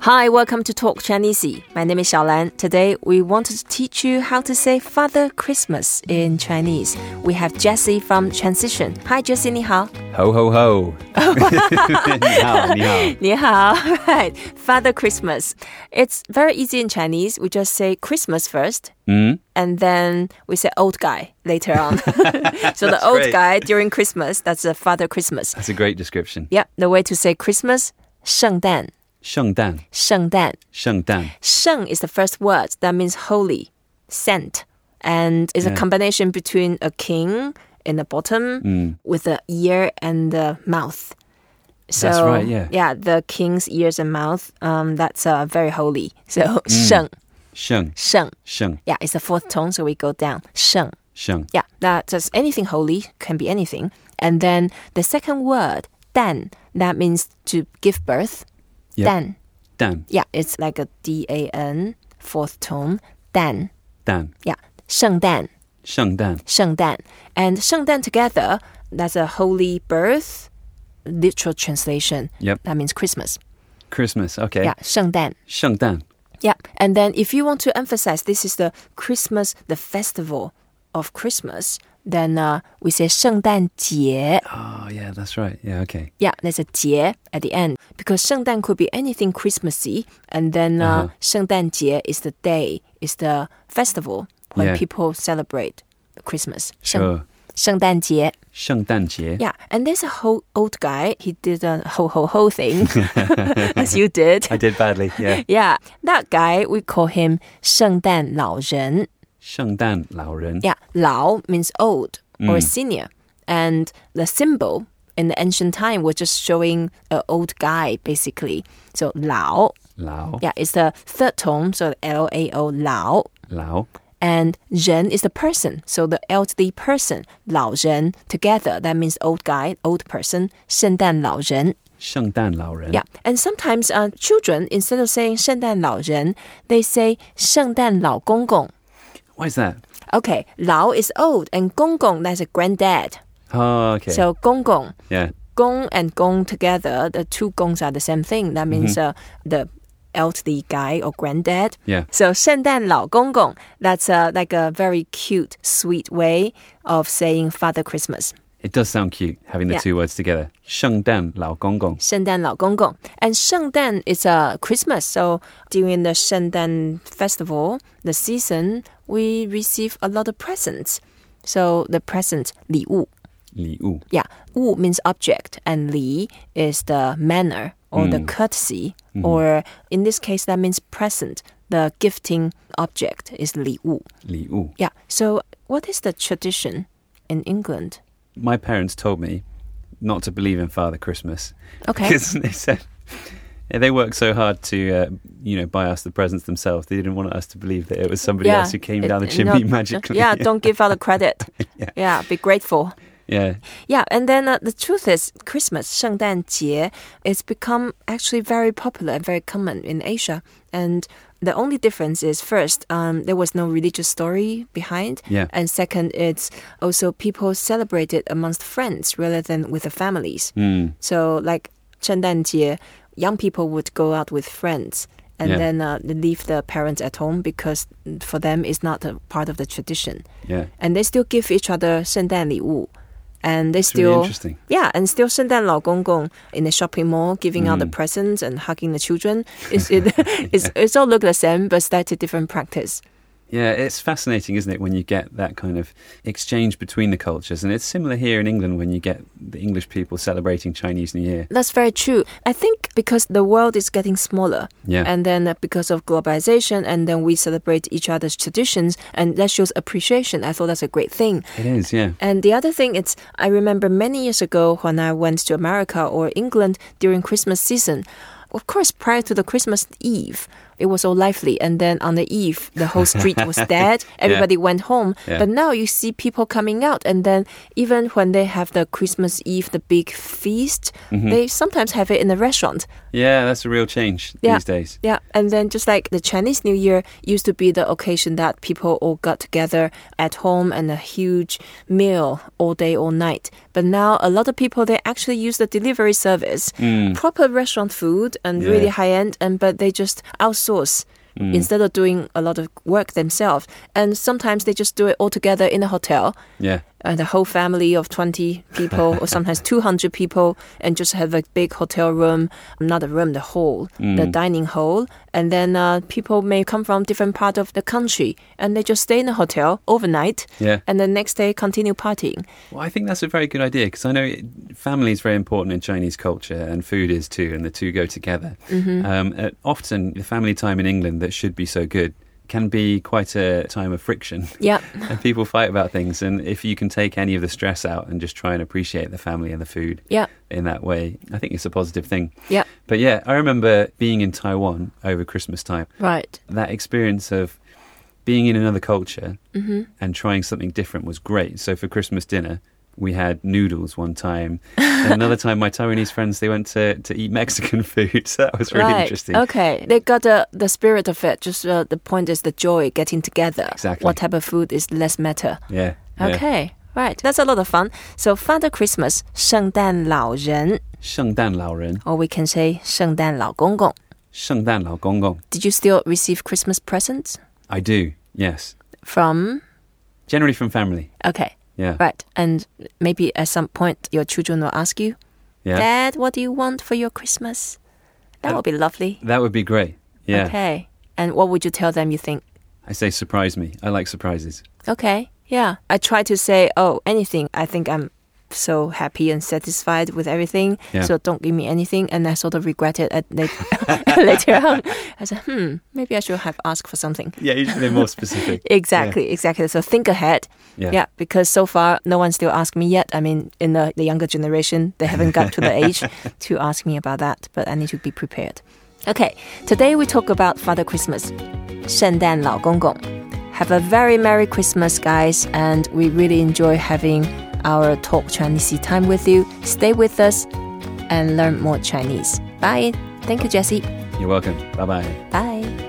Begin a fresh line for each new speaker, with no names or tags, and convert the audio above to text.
Hi, welcome to Talk Chinese. My name is Xiaolan. Today we wanted to teach you how to say Father Christmas in Chinese. We have Jessie from Transition. Hi, Jessie, 你好。
Ho ho ho. 你好,你好.
Nihao, right. Father Christmas. It's very easy in Chinese. We just say Christmas first.
Hmm?
And then we say old guy later on. so the old
great.
guy during Christmas, that's the Father Christmas.
That's a great description.
Yep, the way to say Christmas, 圣诞,
圣诞,
圣诞.
圣诞.
Sheng is the first word that means holy, sent, and is a combination between a king in the bottom
Mm.
with the ear and the mouth. So,
That's right, yeah.
Yeah, the king's ears and mouth, um, that's uh, very holy. So,
Mm.
Sheng,
Sheng,
Sheng.
sheng,
Yeah, it's the fourth tone, so we go down. Sheng.
sheng.
Yeah, that says anything holy can be anything. And then the second word, Dan, that means to give birth.
Yep.
Dan.
Dan,
Yeah, it's like a D A N fourth tone. Dan.
dan,
Yeah. 圣诞,
圣诞.
圣诞. And 圣诞 together, that's a holy birth literal translation.
Yep.
That means Christmas.
Christmas, okay.
Yeah, 圣诞.
圣诞.
Yeah. And then if you want to emphasize this is the Christmas, the festival of Christmas, then uh, we say 圣诞节.
Oh, yeah, that's right. Yeah, okay.
Yeah, there's a 节 at the end because 圣诞 could be anything Christmassy, and then
Uh-huh.
uh, 圣诞节 is the day, is the festival when
Yeah.
people celebrate Christmas. 圣-
Sure.
圣诞节
圣诞节.
yeah, and there's a whole old guy. He did a ho ho ho thing, as you did.
I did badly, yeah.
Yeah, that guy we call him 圣诞老人.
圣诞老人.
Yeah, 老 means old or senior. And the symbol in the ancient time was just showing an old guy, basically. So 老,
老,
yeah, it's the third tone, so L-A-O, 老.
老,
And 人 is the person, so the elderly person, 老人, together, that means old guy, old person, 圣诞老人.
圣诞老人.
Yeah, and sometimes uh, children, instead of saying 圣诞老人, they say 圣诞老公公.
Why is that?
Okay, 老 is old and 公公 that's a granddad.
Oh, okay.
So 公公,
yeah,
gong and gong together, the two gongs are the same thing. That means uh, the elderly guy or granddad.
Mm-hmm. yeah.
So 圣诞老公公 that's uh, like a very cute, sweet way of saying Father Christmas.
It does sound cute having the
Yeah.
two words together. 圣诞老公公.
圣诞老公公 and 圣诞 is uh, Christmas. So during the 圣诞 festival, the season, we receive a lot of presents. So the present 礼物
礼物.
Yeah, wu means object, and li is the manner or
Mm.
the courtesy,
Mm-hmm.
or in this case, that means present. The gifting object is li wu.
礼物.
Yeah. So, what is the tradition in England?
my parents told me not to believe in Father Christmas
Okay.
because they said they worked so hard to uh, you know buy us the presents themselves. They didn't want us to believe that it was somebody else who came
it-
down the
not-
chimney magically.
Yeah, don't give out the credit.
Yeah.
yeah, be grateful.
yeah,
Yeah, and then uh, the truth is, Christmas, 圣诞节, it's become actually very popular and very common in Asia. And the only difference is, first, um, there was no religious story behind.
Yeah.
And second, it's also people celebrate it amongst friends rather than with the families.
Hmm,
So, like 圣诞节, young people would go out with friends. And
Yeah.
then uh, leave the parents at home because for them it's not a part of the tradition
yeah.
and they still give each other 圣诞礼物 and they
really
still
interesting.
yeah and still 圣诞老公公 in the shopping mall giving out the
Mm.
presents and hugging the children it's it, it's, it's all look the same but slightly different practice
Yeah, it's fascinating, isn't it, when you get that kind of exchange between the cultures. And it's similar here in England when you get the English people celebrating Chinese New Year.
that's very true i think because the world is getting smaller
Yeah.
and then uh, because of globalization and then we celebrate each other's traditions and that shows appreciation i thought that's a great thing
It is, yeah.
And the other thing is, I remember many years ago when I went to America or England during Christmas season. Of course, prior to the Christmas Eve, it was all lively. And then on the eve, the whole street was dead. Everybody went home.
Yeah.
But now you see people coming out. And then even when they have the Christmas Eve, the big feast, they sometimes have it in a restaurant.
Yeah, that's a real change
Yeah.
these days.
Yeah, and then just like the Chinese New Year used to be the occasion that people all got together at home and a huge meal all day, all night. But now a lot of people they actually use the delivery service, proper restaurant food and really
Yeah.
high end, and but they just outsource. Instead of doing a lot of work themselves, and sometimes they just do it all together in a hotel,
Yeah.
and uh, the whole family of 20 people or sometimes 200 people and just have a big hotel room not a room the hall the
Mm.
dining hall and then uh, people may come from different part of the country and they just stay in the hotel overnight
Yeah.
and the next day continue partying
Well, I think that's a very good idea because I know it- family is very important in Chinese culture and food is too, and the two go together. Um, uh, often, the family time in England that should be so good can be quite a time of friction
yeah
and people fight about things. And if you can take any of the stress out and just try and appreciate the family and the food
yeah
in that way, I think it's a positive thing.
yeah
But yeah, I remember being in Taiwan over Christmas time
right
that experience of being in another culture
Mhm.
and trying something different was great. So for Christmas dinner, we had noodles one time. and another time, my Taiwanese friends they went to, to eat Mexican food. So that was really
right
interesting.
okay they got the, the spirit of it just uh, the point is the joy getting together
Exactly.
what type of food is less matter
Yeah. yeah.
okay right that's a lot of fun so father christmas 圣诞老人
圣诞老人，圣诞老公公。
or we can say 圣诞老公公. Did you still receive Christmas presents
I do. Yes.
from?
Generally from family.
Okay,
Yeah.
right. And maybe at some point your children will ask you,
Yeah.
Dad, what do you want for your Christmas? That
Uh,
would be lovely.
That would be great. Yeah.
Okay. And what would you tell them you think?
I say surprise me. I like surprises.
Okay, yeah. I try to say, oh, anything. I think I'm so happy and satisfied with everything.
Yeah.
So don't give me anything. And I sort of regret it at late, later on. I said, hmm, maybe I should have asked for something.
Yeah, you should be more specific.
Exactly, exactly. So think ahead.
Yeah.
Yeah, because so far no one still asked me yet. I mean, in the, the younger generation, they haven't got to the age to ask me about that, but I need to be prepared. Okay, today we talk about Father Christmas, 圣诞老公公. Have a very Merry Christmas, guys, and we really enjoy having our Talk Chinese time with you. Stay with us and learn more Chinese. Bye. Thank you, Jesse.
You're welcome. Bye bye.
Bye.